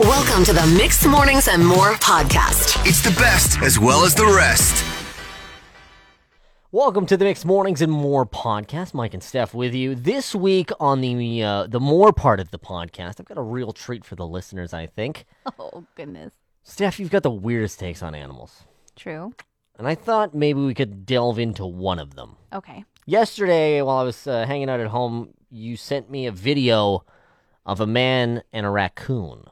Welcome to the Mixed Mornings and More podcast. It's the best as well as the rest. Welcome to the Mixed Mornings and More podcast. Mike and Steph with you this week on the uh, the more part of the podcast. I've got a real treat for the listeners. I think Oh goodness. Steph, you've got the weirdest takes on animals, True. and I thought maybe we could delve into one of them. Okay. Yesterday, while I was uh, hanging out at home, you sent me a video of a man and a raccoon,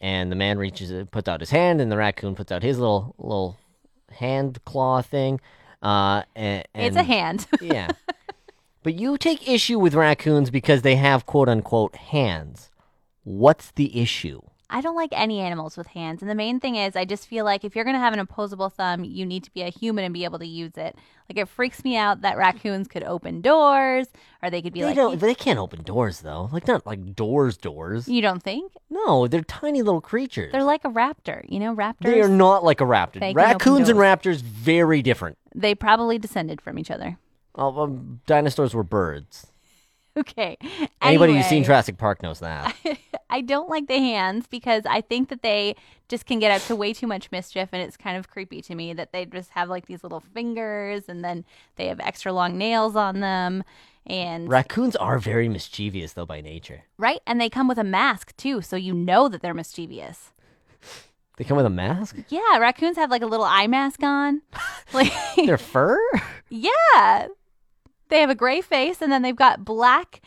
and the man reaches, uh, puts out his hand, and the raccoon puts out his little little hand claw thing. Uh, and, it's a and- hand. yeah. But you take issue with raccoons because they have quote unquote hands. What's the issue? I don't like any animals with hands. And the main thing is I just feel like if you're going to have an opposable thumb, you need to be a human and be able to use it. Like it freaks me out that raccoons could open doors or they could be they like don't they can't open doors though. Like not like doors doors. You don't think? No, they're tiny little creatures. They're like a raptor, you know, raptors. They are not like a raptor. They can open Raccoons and raptors very different. they probably descended from each other. Oh, um, dinosaurs were birds. Okay. Anybody who's seen Anyway. Jurassic Park knows that. I don't like the hands because I think that they just can get up to way too much mischief, and it's kind of creepy to me that they just have like these little fingers, and then they have extra long nails on them, and Raccoons are very mischievous though by nature. right, and they come with a mask too, so you know that they're mischievous. They come with a mask? Yeah, raccoons have like a little eye mask on, like Their fur? yeah, they have a gray face, and then they've got black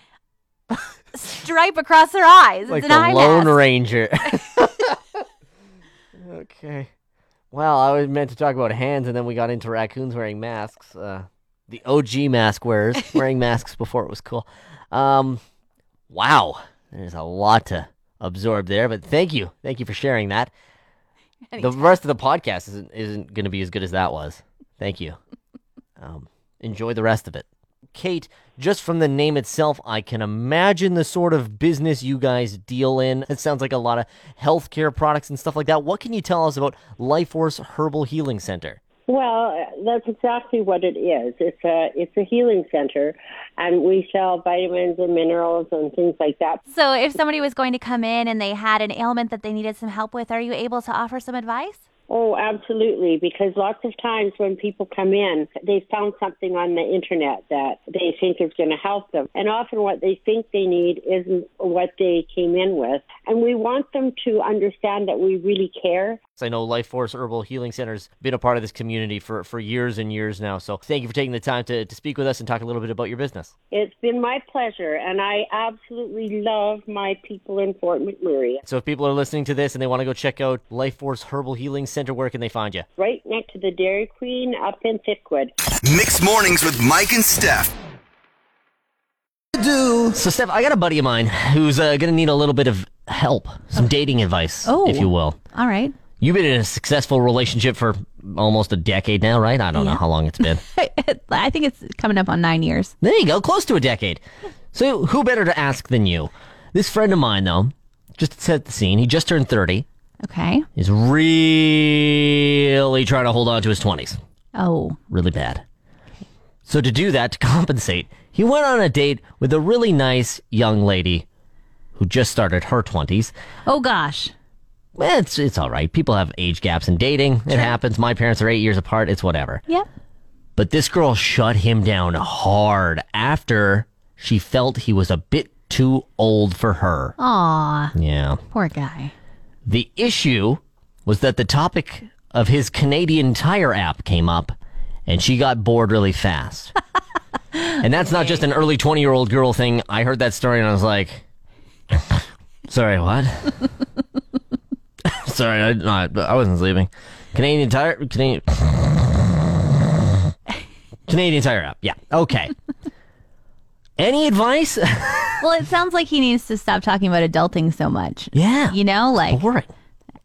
stripe across their eyes. It's like an the eye Lone mask. Ranger. okay. Well, I was meant to talk about hands, and then we got into raccoons wearing masks. Uh, the OG mask wearers wearing masks before it was cool. Um, wow, there's a lot to absorb there, but thank you, thank you for sharing that. The rest of the podcast isn't isn't going to be as good as that was. Thank you. Um, enjoy the rest of it. Kate, just from the name itself, I can imagine the sort of business you guys deal in. It sounds like a lot of healthcare products and stuff like that. What can you tell us about LifeForce Herbal Healing Center? Well, that's exactly what it is. It's a it's a healing center, and we sell vitamins and minerals and things like that. So, if somebody was going to come in and they had an ailment that they needed some help with, are you able to offer some advice? Oh, absolutely! Because lots of times when people come in, they found something on the internet that they think is going to help them, and often what they think they need isn't what they came in with. And we want them to understand that we really care. 'Cause I know LifeForce Herbal Healing Center's been a part of this community for, for years and years now. So thank you for taking the time to, to speak with us and talk a little bit about your business. It's been my pleasure, and I absolutely love my people in Fort McMurray. So if people are listening to this and they want to go check out LifeForce Herbal Healing Center, where can they find you? Right next to the Dairy Queen up in Thickwood. Mixed mornings with Mike and Steph. do. So, Steph, I got a buddy of mine who's uh, going to need a little bit of help, some dating advice, Oh. if you will. All right. You've been in a successful relationship for almost a decade now, right? I don't know how long it's been. I think it's coming up on nine years. there you go, close to a decade. So, who better to ask than you? This friend of mine, though, just to set the scene, he just turned 30, Okay. is really trying to hold on to his 20s. Oh, really bad. So to do that, to compensate, he went on a date with a really nice young lady who just started her 20s. oh gosh. Well, It's, it's all right. People have age gaps in dating. It happens. My parents are eight years apart. It's whatever. Yep. But this girl shut him down hard after she felt he was a bit too old for her. Aw, Yeah. poor guy. The issue was that the topic of his Canadian Tire app came up, and she got bored really fast. and that's not just an early 20 year old girl thing. I heard that story and I was like, sorry, what? sorry, I, no, I- I wasn't sleeping. Canadian Tire, Canadian. Canadian Tire app. Yeah. Okay. Any advice? Well, it sounds like he needs to stop talking about adulting so much. Yeah. You know, like, Boring.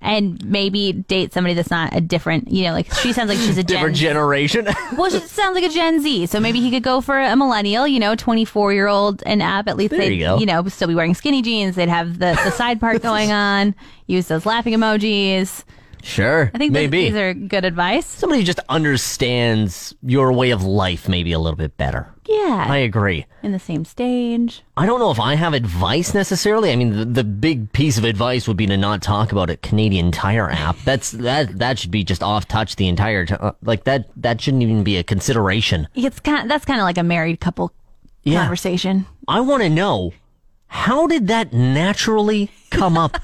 and maybe date somebody that's not a different, you know, like she sounds like she's a Gen. Different generation. well, she sounds like a Gen Z, so maybe he could go for a millennial, you know, twenty four year old and up. At least There they'd, you go. know, still be wearing skinny jeans. They'd have the the side part going on. Use those laughing emojis. Sure. I think that maybe these are good advice. somebody who just understands your way of life maybe a little bit better. Yeah. I agree. in the same stage. I don't know if I have advice necessarily. I mean, the, the big piece of advice would be to not talk about a Canadian Tire app. That's that that should be just off touch the entire time. Like that that shouldn't even be a consideration. It's kind that's kind of like a married couple Yeah. conversation. I want to know how did that naturally come up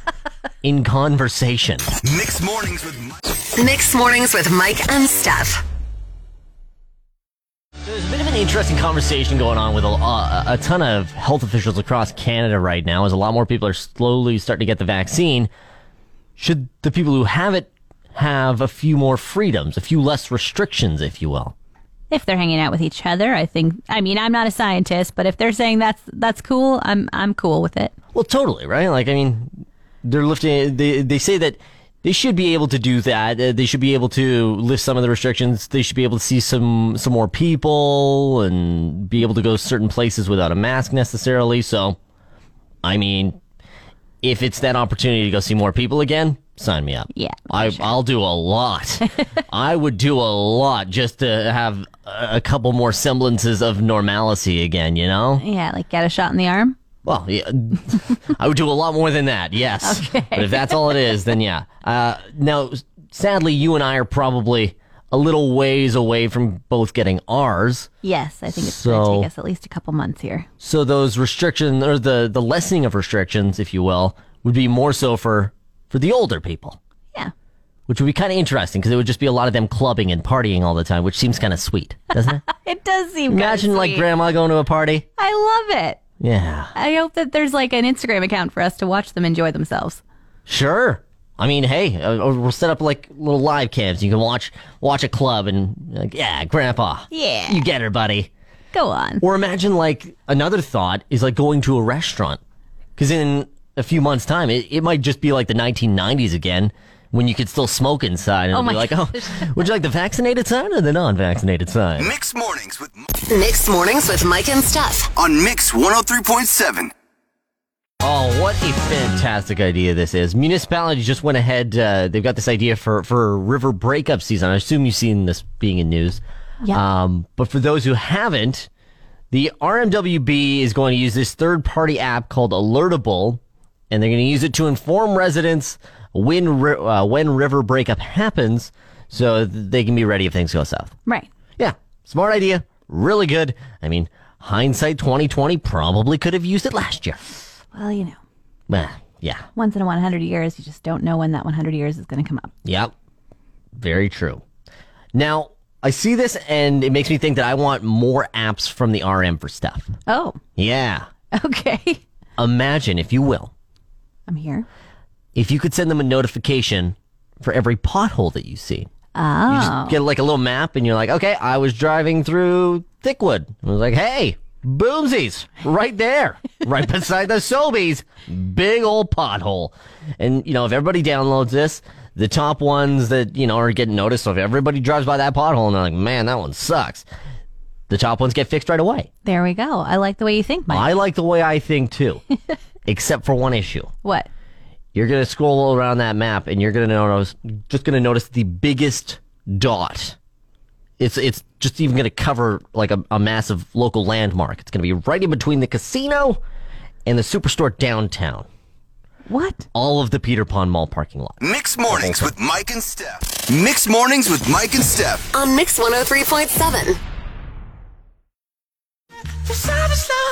in conversation? Mixed mornings with Mike. Mixed mornings with Mike and Steph. There's a bit of an interesting conversation going on with a, uh, a ton of health officials across Canada right now as a lot more people are slowly starting to get the vaccine. Should the people who have it have a few more freedoms, a few less restrictions, if you will? If they're hanging out with each other, I think I mean, I'm not a scientist, but if they're saying that's that's cool, I'm I'm cool with it. Well, totally, right? Like, I mean, they're lifting, they, they say that they should be able to do that. Uh, They should be able to lift some of the restrictions. They should be able to see some, some more people and be able to go certain places without a mask necessarily. So, I mean, if it's that opportunity to go see more people again, sign me up. Yeah, for I, I'll do a lot. I would do a lot just to have a a couple more semblances of normalcy again, you know? Yeah, like get a shot in the arm. Well, yeah, I would do a lot more than that, yes. But if that's all it is, then yeah. Uh, now, sadly, you and I are probably a little ways away from both getting ours. Yes, I think it's going So- to take us at least a couple months here. So those restrictions, or the, the lessening of restrictions, if you will, would be more so for, for the older people, Yeah. which would be kind of interesting because it would just be a lot of them clubbing and partying all the time, which seems kind of sweet, doesn't it? It does seem kinda Imagine like sweet. grandma going to a party. I love it. Yeah. I hope that there's like an Instagram account for us to watch them enjoy themselves. Sure. I mean, hey, uh, uh, we'll set up like little live cams. You can watch watch a club and like, yeah, grandpa. Yeah. You get her, buddy. Go on. Or imagine like another thought is like going to a restaurant. Cuz in a few months time, it, it might just be like the 1990s again when you could still smoke inside and Oh be my like, "Oh, would you like the vaccinated side or the non-vaccinated side?" Mixed mornings with Mike. Mixed mornings with Mike and Steph. on Mix 103.7. Oh, what a fantastic idea this is. Municipalities just went ahead. Uh, they've got this idea for, for river breakup season. I assume you've seen this being in news. Yeah. Um, but for those who haven't, the RMWB is going to use this third party app called Alertable, and they're going to use it to inform residents when, ri- uh, when river breakup happens so they can be ready if things go south. Right. Yeah, smart idea. Really good. I mean, hindsight 2020 probably could have used it last year. Well, you know, Well, yeah. once in a 100 years, you just don't know when that 100 years is going to come up. Yep. Very true. Now, I see this and it makes me think that I want more apps from the RM for stuff. Oh, Yeah. okay. Imagine, if you will, I'm here. if you could send them a notification for every pothole that you see. Oh, You just get like a little map and you're like, okay, I was driving through Thickwood. I was like, hey, boomsies, right there, right beside the Sobies, big old pothole. And, you know, if everybody downloads this, the top ones that, you know, are getting noticed. So if everybody drives by that pothole and they're like, man, that one sucks, the top ones get fixed right away. there we go. I like the way you think, Mike. I like the way I think too, except for one issue what? you're gonna scroll around that map and you're gonna notice just gonna notice the biggest dot. It's it's just even gonna cover like a, a massive local landmark. It's gonna be right in between the casino and the superstore downtown. What? All of the Peter Pond Mall parking lot. Mixed mornings with Mike and Steph. Mixed mornings with Mike and Steph. On Mix 103.7.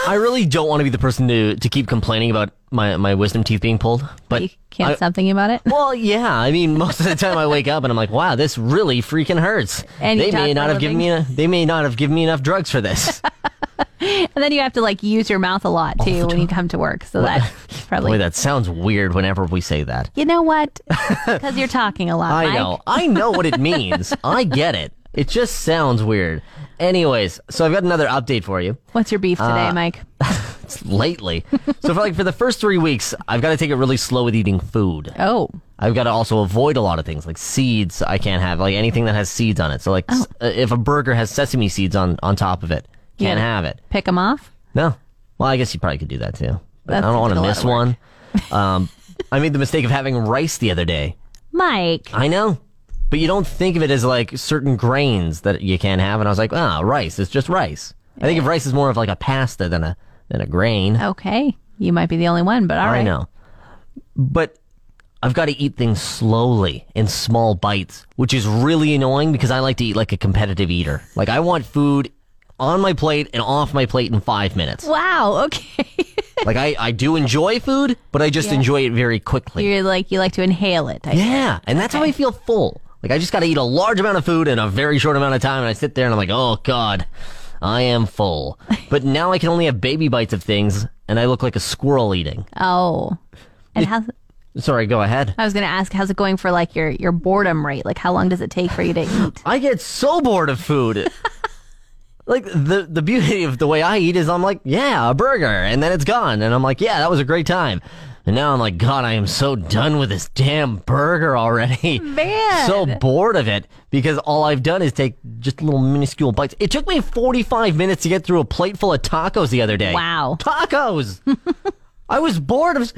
I really don't want to be the person to, to keep complaining about my, my wisdom teeth being pulled, but You can't I- stop thinking about it? Well, yeah. I mean, most of the time I wake up and I'm like, "Wow, this really freaking hurts." And you they talk may for not a have given me living. a, they may not have given me enough drugs for this. And then you have to like use your mouth a lot too when you come to work. So that's probably. Boy, that sounds weird whenever we say that. You know what? Because you're talking a lot. I Mike. know. I know what it means. I get it. It just sounds weird. Anyways, so I've got another update for you. What's your beef today, Uh, Mike? It's lately. so for like for the first 3 weeks, I've got to take it really slow with eating food. Oh, I've got to also avoid a lot of things like seeds. I can't have like anything that has seeds on it. So Oh. like s- uh, if a burger has sesame seeds on on top of it, can't Yeah. have it. pick them off. No. Well, I guess you probably could do that too. But That I don't seems want like a to lot miss of work. one. Um, I made the mistake of having rice the other day. Mike. I know. But you don't think of it as like certain grains that you can't have. And I was like, ah, rice. It's just rice. I think of rice as more of like a pasta than a than a grain. Okay. You might be the only one, but all right. I know. But I've got to eat things slowly in small bites, which is really annoying because I like to eat like a competitive eater. Like I want food on my plate and off my plate in five minutes. Wow. Okay. like I, I do enjoy food, but I just enjoy it very quickly. You're like you like to inhale it. I Yeah, and that's how I feel full. Like I just got to eat a large amount of food in a very short amount of time, and I sit there and I'm like, oh god, I am full. but now I can only have baby bites of things, and I look like a squirrel eating. Oh. And how's Sorry, go ahead. I was gonna ask, how's it going for like your your boredom rate? Like how long does it take for you to eat? I get so bored of food. like the the beauty of the way I eat is I'm like, yeah, a burger, and then it's gone, and I'm like, yeah, that was a great time. And now I'm like, God, I am so done with this damn burger already. Man. So bored of it because all I've done is take just little minuscule bites. It took me 45 minutes to get through a plate full of tacos the other day. Wow. Tacos! I was bored of.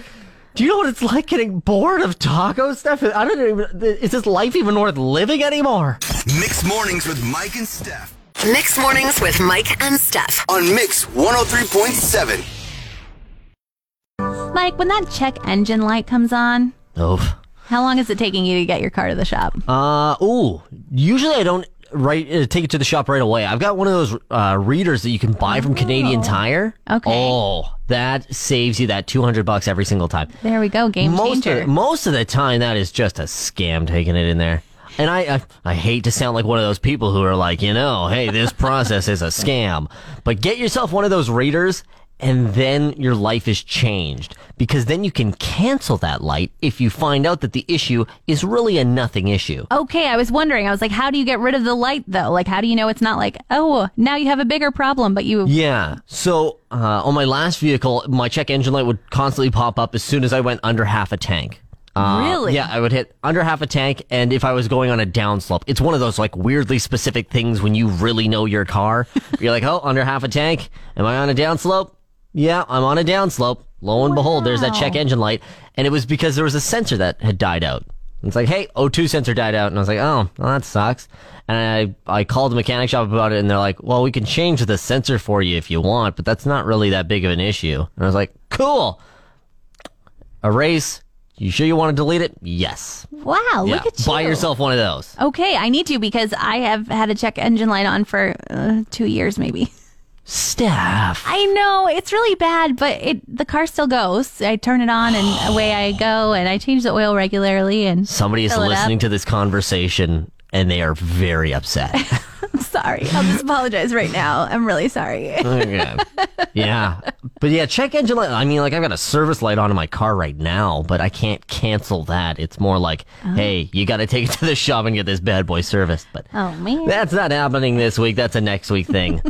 Do you know what it's like getting bored of tacos, Steph? I don't even. Is this life even worth living anymore? Mix Mornings with Mike and Steph Mix mornings with Mike and Steph. on Mix 103.7. Mike, when that check engine light comes on, Oh. how long is it taking you to get your car to the shop? Uh, ooh. Usually I don't right uh, take it to the shop right away. I've got one of those uh, readers that you can buy from Canadian Tire. Okay. Oh, that saves you that 200 bucks every single time. there we go, game most changer. Of, most of the time that is just a scam taking it in there. And I, I I hate to sound like one of those people who are like, you know, hey, this process is a scam. But get yourself one of those readers and then your life is changed because then you can cancel that light if you find out that the issue is really a nothing issue. Okay, I was wondering. I was like, how do you get rid of the light though? Like, how do you know it's not like, oh, now you have a bigger problem, but you Yeah. So uh, on my last vehicle, my check engine light would constantly pop up as soon as I went under half a tank. Uh, Really? Yeah, I would hit under half a tank, and if I was going on a downslope, it's one of those like weirdly specific things when you really know your car. You're like, oh, under half a tank. Am I on a downslope? Yeah, I'm on a downslope. Lo and behold, there's that check engine light, and it was because there was a sensor that had died out. And It's like, hey, O2 sensor died out, and I was like, oh, well, that sucks. And I, I called the mechanic shop about it, and they're like, well, we can change the sensor for you if you want, but that's not really that big of an issue. And I was like, cool. Erase. You sure you want to delete it? Yes. wow, look yeah. at you. Buy yourself one of those. Okay, I need to because I have had a check engine light on for uh, two years maybe. Staff. I know it's really bad, but it the car still goes. I turn it on and away I go, and I change the oil regularly. And Somebody is Fill it up. listening to this conversation, and they are very upset. I'm sorry, I'll just apologize right now. I'm really sorry. Okay. yeah. But yeah, check engine light. I mean, like, I've got a service light on in my car right now, but I can't cancel that. It's more like, Oh. hey, you got to take it to the shop and get this bad boy serviced. But Oh man, that's not happening this week. That's a next week thing.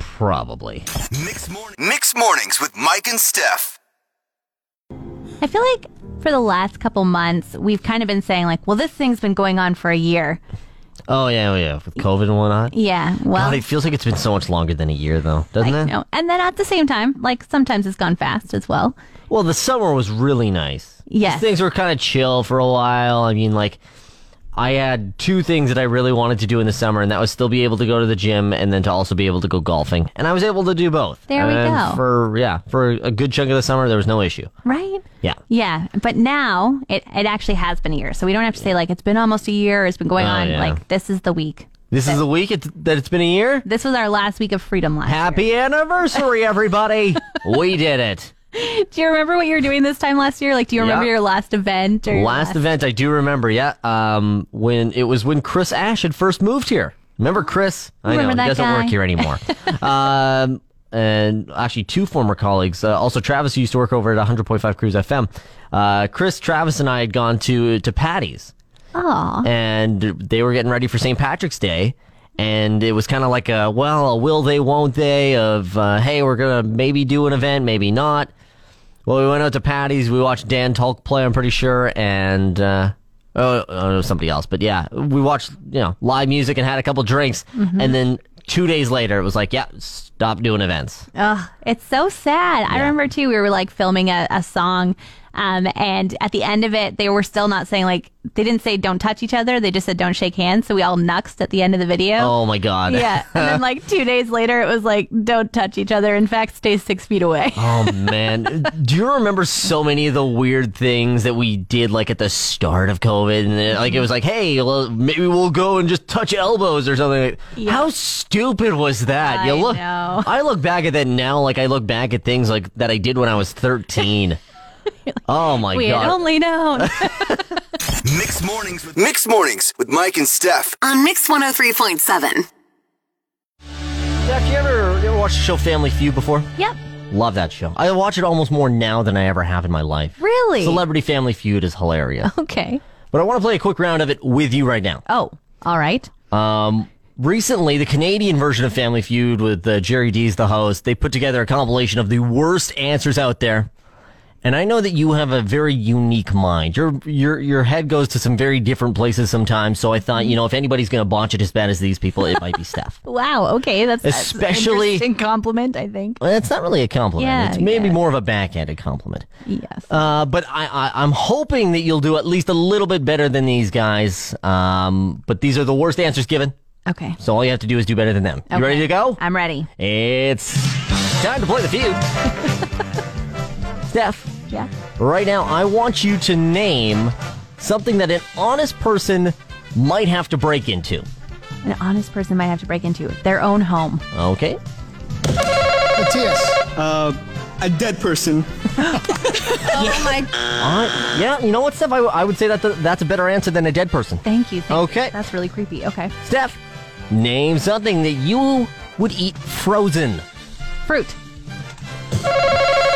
Probably. Mix, morning, Mix Mornings with Mike and Steph. I feel like for the last couple months we've kind of been saying like, well, this thing's been going on for a year. Oh, yeah, oh, yeah. With COVID and whatnot. Yeah, well, God, it feels like it's been so much longer than a year, though, doesn't I it? know. And then at the same time, like sometimes it's gone fast as well. Well, the summer was really nice. Yes. Things were kind of chill for a while. I mean, like, I had two things that I really wanted to do in the summer, and that was still be able to go to the gym and then to also be able to go golfing. And I was able to do both. There we And go. For, yeah, for a good chunk of the summer, there was no issue. Right? Yeah. Yeah. But now it, it actually has been a year. So we don't have to say, like, it's been almost a year. It's been going Oh, on. yeah. Like, this is the week. This is the week it's, that it's been a year. This was our last week of freedom last Happy anniversary, everybody. we did it. year. Do you remember what you were doing this time last year? Like, do you remember Yeah. your last event? Or your Last event I do remember, yeah. Um, when it was when Chris Ash had first moved here. Remember Chris? I Remember know that he doesn't guy. work here anymore. um, and actually, two former colleagues. Uh, also, Travis who used to work over at 100.5 Cruise FM. Uh, Chris, Travis, and I had gone to to Patty's, Aw. and they were getting ready for St. Patrick's Day. And it was kind of like a well, a will they, won't they? Of uh, hey, we're gonna maybe do an event, maybe not. Well, we went out to Patty's. We watched Dan Tulk play. I'm pretty sure, and uh, oh, oh, it was somebody else. But yeah, we watched you know live music and had a couple drinks, and then two days later, it was like, yeah, stop doing events. Ugh, it's so sad. I remember too. We were like filming a, a song Um, and at the end of it, they were still not saying like they didn't say don't touch each other. They just said don't shake hands. So we all nuxed at the end of the video. Oh my god. Yeah, and then like two days later, it was like don't touch each other. In fact, stay six feet away. Oh man, do you remember so many of the weird things that we did like at the start of COVID? And then, like it was like, hey, well, maybe we'll go and just touch elbows or something. Yeah. How stupid was that? you I look, know. I look back at that now, like I look back at things like that I did when I was thirteen. oh my we had god. only known. Mix mornings with Mix mornings with Mike and Steph. on Mix 103.7. Zach, you ever, you ever watched the show Family Feud before? yep, Love that show. I watch it almost more now than I ever have in my life. really. Oh. Celebrity Family Feud is hilarious. okay. but I want to play a quick round of it with you right now. Oh, all right. Um, recently, the Canadian version of Family Feud with uh, Jerry D's the host, they put together a compilation of the worst answers out there. And I know that you have a very unique mind. Your your your head goes to some very different places sometimes. So I thought, you know, if anybody's going to botch it as bad as these people, it might be Steph. Wow. Okay, that's that's an Especially- interesting compliment. I think. Well, that's not really a compliment. Yeah, it's maybe yeah. more of a backhanded compliment. Yes. Uh, but I, I, I'm hoping that you'll do at least a little bit better than these guys. Um, but these are the worst answers given. Okay. So all you have to do is do better than them. You ready Okay. to go? I'm ready. It's time to play the feud. Steph, Yeah. right now I want you to name something that an honest person might have to break into. An honest person might have to break into their own home. Okay? Matthias. Uh, a dead person. Oh my! Uh, yeah, you know what, Steph? I, w- I would say that the, that's a better answer than a dead person. Thank you. thank you. Okay. That's really creepy. Okay. Steph, name something that you would eat frozen. Fruit.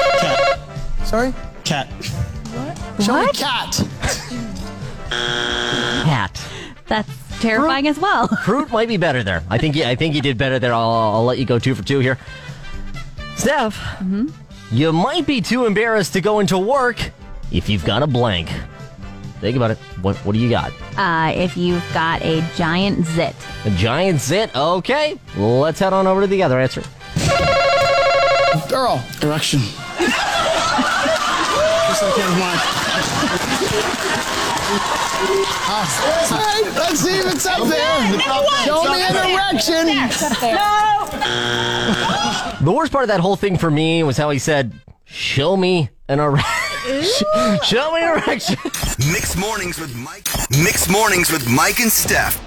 Cat. Sorry? Cat. Show me What? cat. Cat. That's terrifying as well. Fruit might be better there. I think you, I think you did better there. I'll, I'll let you go two for two here. Steph, you might be too embarrassed to go into work if you've got a blank. Think about it. What what do you got? Uh, if you've got a giant zit. A giant zit. Okay, let's head on over to the other answer. Earl. Erection. Just like his mind. Ah. Hey, let's see if it's up there. Show me an erection. The worst part of that whole thing for me was how he said, "Show me an erection." Show me an erection. Mix mornings with Mike. Mix mornings with Mike and Steph.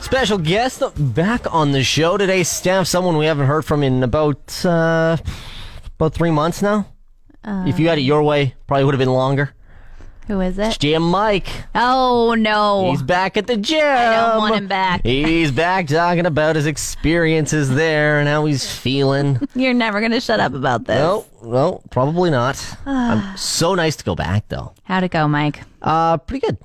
Special guest back on the show today, Steph. Someone we haven't heard from in about uh, about three months now. if you had it your way, probably would have been longer. Who is it? Jim Mike, Oh no! he's back at the gym. don't want him back. He's back talking about his experiences there and how he's feeling. You're never gonna shut up about this. no, no, probably not. I'm so nice to go back though. How'd it go, Mike? Uh, pretty good.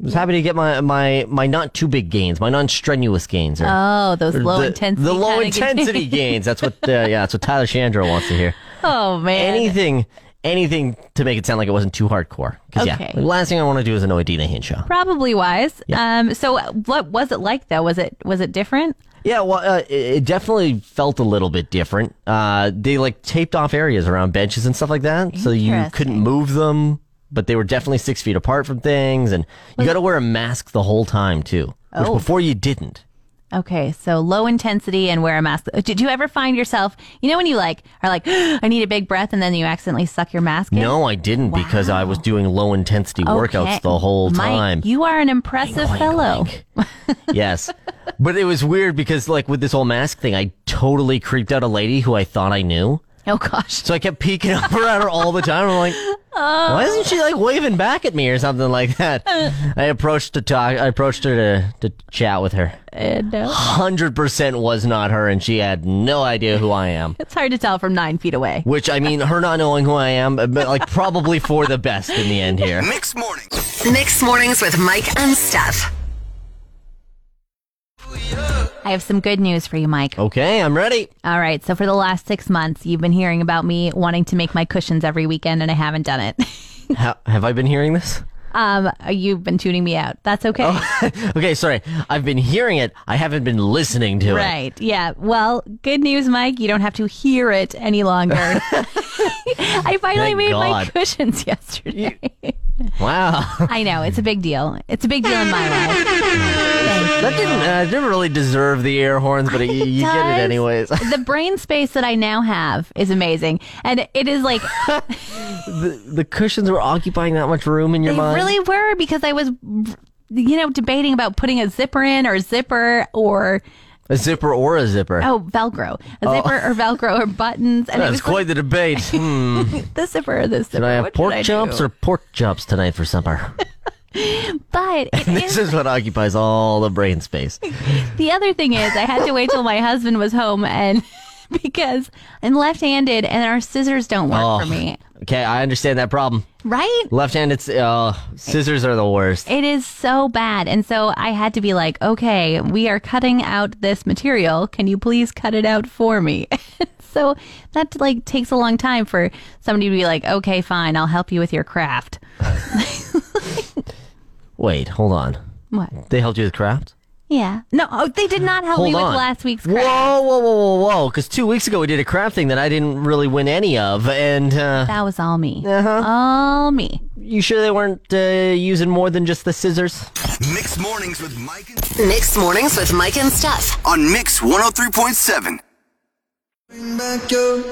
I was happy to get my my my not too big gains, my non strenuous gains. Or, Oh, those or low the, intensity. the low kinda intensity gains. That's what uh, yeah, that's what Tyler Shandro wants to hear. oh man. Anything, anything to make it sound like it wasn't too hardcore. Because yeah, Okay. the last thing I want to do is annoy Dina Hinshaw. Probably wise. Um. So, what was it like though? Was it was it different? Yeah, well, uh, it- it definitely felt a little bit different. Uh, they like taped off areas around benches and stuff like that, so you couldn't move them. But they were definitely six feet apart from things, and you got to wear a mask the whole time too, which Oh. before you didn't. Okay, so low intensity and wear a mask. Uh, Did you ever find yourself, you know, when you like are like, I need a big breath, and then you accidentally suck your mask? in? No, I didn't because I was doing low intensity Okay. workouts the whole Mike, time. You are an impressive Oink, fellow. oink. yes. But it was weird because, like, with this whole mask thing, I totally creeped out a lady who I thought I knew. Oh gosh. So I kept peeking over at her all the time. I'm like, why isn't she like waving back at me or something like that? I approached to talk. I approached her to, to chat with her. Uh, no. Hundred percent was not her, and she had no idea who I am. It's hard to tell from nine feet away. Which I mean, her not knowing who I am, but like probably for the best in the end here. Mix mornings. Mix Mornings with Mike and Steph. I have some good news for you, Mike. Okay, I'm ready. All right, so for the last six months, you've been hearing about me wanting to make my cushions every weekend, and I haven't done it. How, have I been hearing this? Um, you've been tuning me out. That's okay. Oh. okay, sorry. I've been hearing it. I haven't been listening to it. Right. Yeah. Well, good news, Mike. You don't have to hear it any longer. I finally Thank made my God. cushions yesterday. Wow. I know. It's a big deal. It's a big deal in my life. that didn't uh, didn't really deserve the air horns, but you, you get does. it anyways. The brain space that I now have is amazing. And it is like, the cushions were occupying that much room in your they mind. really were because I was, you know, debating about putting a zipper in or zipper or, A zipper or a zipper. oh, Velcro. A zipper or Velcro or buttons. And it That was was quite the debate. Hmm. like, the zipper or the zipper. Should I have What pork should I chops do? or pork chops tonight for supper? But it is this is what occupies all the brain space. The other thing is, I had to wait till my husband was home, and because I'm left-handed and our scissors don't work Oh. for me, Okay, I understand that problem. right? Left-handed s- uh, scissors are the worst. It is so bad, and so I had to be like, okay, we are cutting out this material. Can you please cut it out for me? so that like takes a long time for somebody to be like, okay, fine, I'll help you with your craft. Wait, hold on. What? They helped you with craft? Yeah. No, oh, they did not help Hold me on. with last week's Whoa, craft. whoa, whoa, whoa, whoa! Because two weeks ago we did a craft thing that I didn't really win any of, and uh, That was all me. Uh-huh. All me. you sure they weren't uh, using more than just the scissors? Mix mornings with Mike and Steph Mixed mornings with Mike and Steph. on Mix 103.7.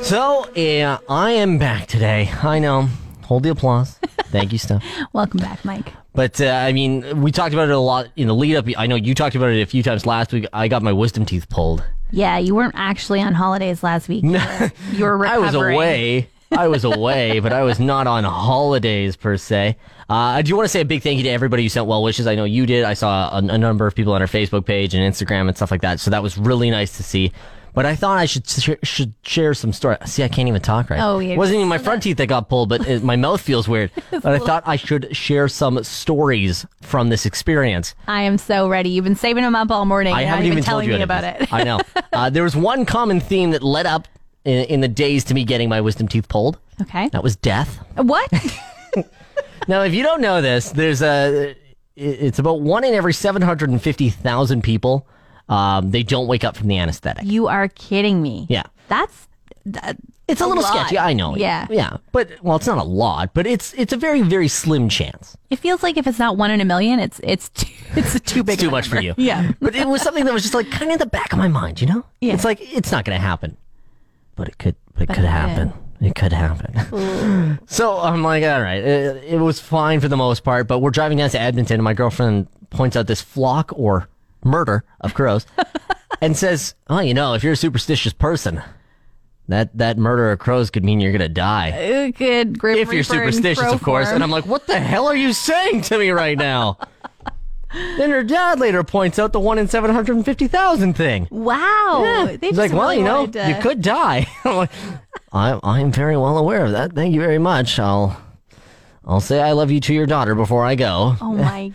So yeah, I am back today. I know. Hold the applause. Thank you, Steph. Welcome back, Mike. But uh, I mean, we talked about it a lot in the lead up. I know you talked about it a few times last week. I got my wisdom teeth pulled. Yeah, you weren't actually on holidays last week. You were- you were I recovering. was away. I was away, but I was not on holidays per se. Uh, I do want to say a big thank you to everybody who sent well wishes. I know you did. I saw a, a number of people on our Facebook page and Instagram and stuff like that. So that was really nice to see. But I thought I should sh- should share some story. See, I can't even talk right. Oh, yeah. Wasn't even my front teeth that got pulled, but it, my mouth feels weird. But I thought I should share some stories from this experience. I am so ready. You've been saving them up all morning. I You're not haven't even told telling you me any of about this. it. I know. Uh, there was one common theme that led up in, in the days to me getting my wisdom teeth pulled. okay. That was death. What? Now, if you don't know this, there's a. It's about one in every seven hundred and fifty thousand people. Um, they don't wake up from the anesthetic. you are kidding me. Yeah. That's. That, It's a little lot. sketchy. I know. Yeah. yeah, but well, it's not a lot, but it's it's a very very slim chance. It feels like if it's not one in a million, it's it's too, it's too big. It's too of a much for you. number. Yeah. but it was something that was just like kind of in the back of my mind, you know? Yeah. It's like it's not going to happen, but it could. But it could happen. It could happen. so I'm like, all right, it, it was fine for the most part. But we're driving down to Edmonton, and my girlfriend points out this flock or murder of crows, and says, "Oh, you know, if you're a superstitious person." That, that murder of crows could mean you're gonna die Ooh, Good grip. if you're superstitious, of course. And I'm like, what the hell are you saying to me right now? then her dad later points out the one in 750,000 thing. wow. They He's just like, well, really you know, wanted to- you could die. I'm like, I, I'm very well aware of that. Thank you very much. I'll, I'll say I love you to your daughter before I go. Oh my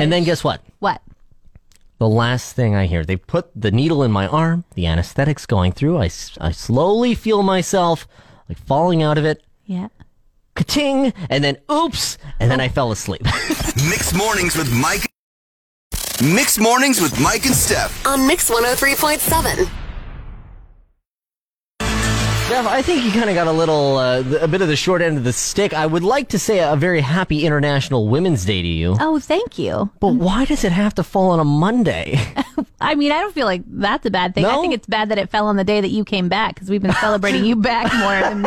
And then guess what? what? The last thing I hear, they put the needle in my arm, the anesthetic's going through. I, s- I slowly feel myself like falling out of it. Yeah. Ka-ting, and then oops, and then I fell asleep. Mix mornings with Mike. Mix mornings with Mike and Steph. On Mix 103.7. Jeff, I think you kind of got a little, uh, th- a bit of the short end of the stick. I would like to say a very happy International Women's Day to you, Oh, thank you. but why does it have to fall on a Monday? I mean, I don't feel like that's a bad thing. I No? think it's bad that it fell on the day that you came back because we've been celebrating you back more than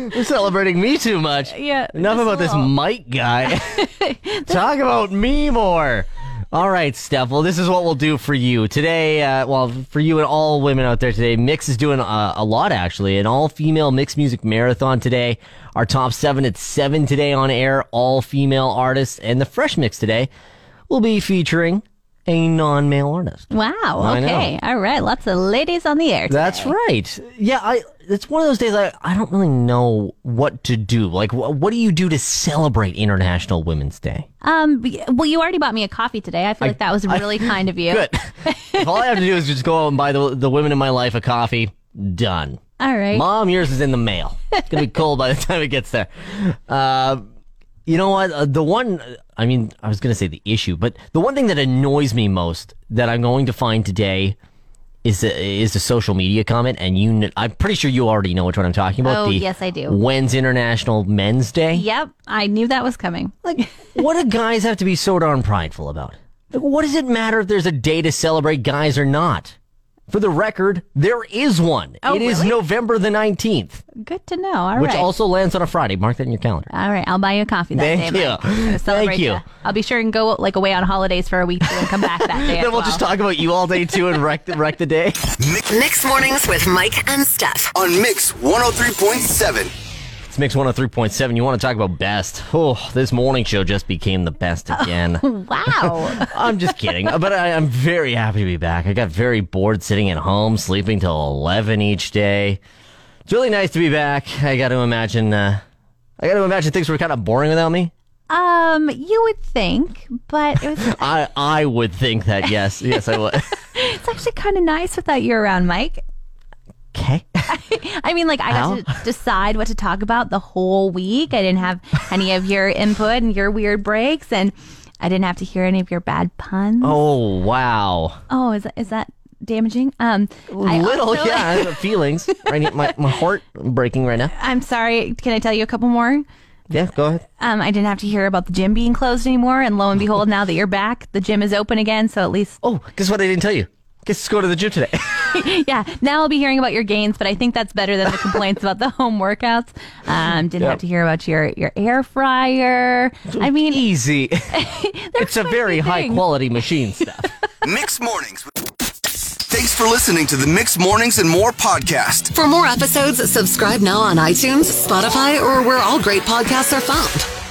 me. You're celebrating me too much. Uh, Yeah, Enough just a about this little. Mike guy. Talk about me more. All right, Steph. Well, this is what we'll do for you today. Uh, well, for you and all women out there today, Mix is doing uh, a lot actually. An all-female Mix Music Marathon today. Our top seven at seven today on air. All-female artists and the Fresh Mix today will be featuring a non-male artist. Wow. I know. Okay. All right. Lots of ladies on the air. today. That's right. Yeah, I. It's one of those days I, I don't really know what to do. Like, wh- what do you do to celebrate International Women's Day? Um. b- Well, you already bought me a coffee today. I feel like that was really kind of you. Good. if all I have to do is just go out and buy the, the women in my life a coffee, done. All right. Mom, yours is in the mail. It's going to be cold by the time it gets there. Uh, You know what? Uh, the one, I mean, I was going to say the issue, but the one thing that annoys me most that I'm going to find today is a, is a social media comment, and you, kn- I'm pretty sure you already know which one I'm talking about. Oh, the yes, I do. When's International Men's Day? Yep, I knew that was coming. Like, what do guys have to be so darn prideful about? Like, what does it matter if there's a day to celebrate guys or not? For the record, there is one. Oh, It is really? November the 19th, Good to know. All right. which also lands on a Friday. Mark that in your calendar. All right, I'll buy you a coffee that Thank day. you. Mike. I'm gonna celebrate Thank you. ya. I'll be sure and go like away on holidays for a week and then come back that day. as Then we'll well. just talk about you all day too and wreck the, wreck the day. Mix mornings with Mike and Steph. on Mix 103.7. It's Mix 103.7. You want to talk about best. Oh, this morning show just became the best again. Wow. I'm just kidding, but I, I'm very happy to be back. I got very bored sitting at home, sleeping till 11 each day. It's really nice to be back. I got to imagine. Uh, I got to imagine things were kind of boring without me. um, you would think, but it was, I I would think that yes, yes I would. it's actually kind of nice without you around, Mike. okay. I mean, like I How? got to decide what to talk about the whole week. I didn't have any of your input and your weird breaks, and I didn't have to hear any of your bad puns. Oh, Oh wow. is that, is that damaging? Um, I Little also- yeah. I have feelings. Right. here. My my heart breaking right now. I'm sorry. Can I tell you a couple more? Yeah. Go ahead. Um, I didn't have to hear about the gym being closed anymore. And lo and behold, now that you're back, the gym is open again. So at least, Oh, guess what? I didn't tell you. Guess go to the gym today. yeah, now I'll be hearing about your gains, but I think that's better than the complaints about the home workouts. Um, didn't have to hear about your, your air fryer. I mean, Easy. it's a very things. high quality machine stuff. Mix Mornings. with- Thanks for listening to the Mix Mornings and More podcast. For more episodes, subscribe now on iTunes, Spotify, or where all great podcasts are found.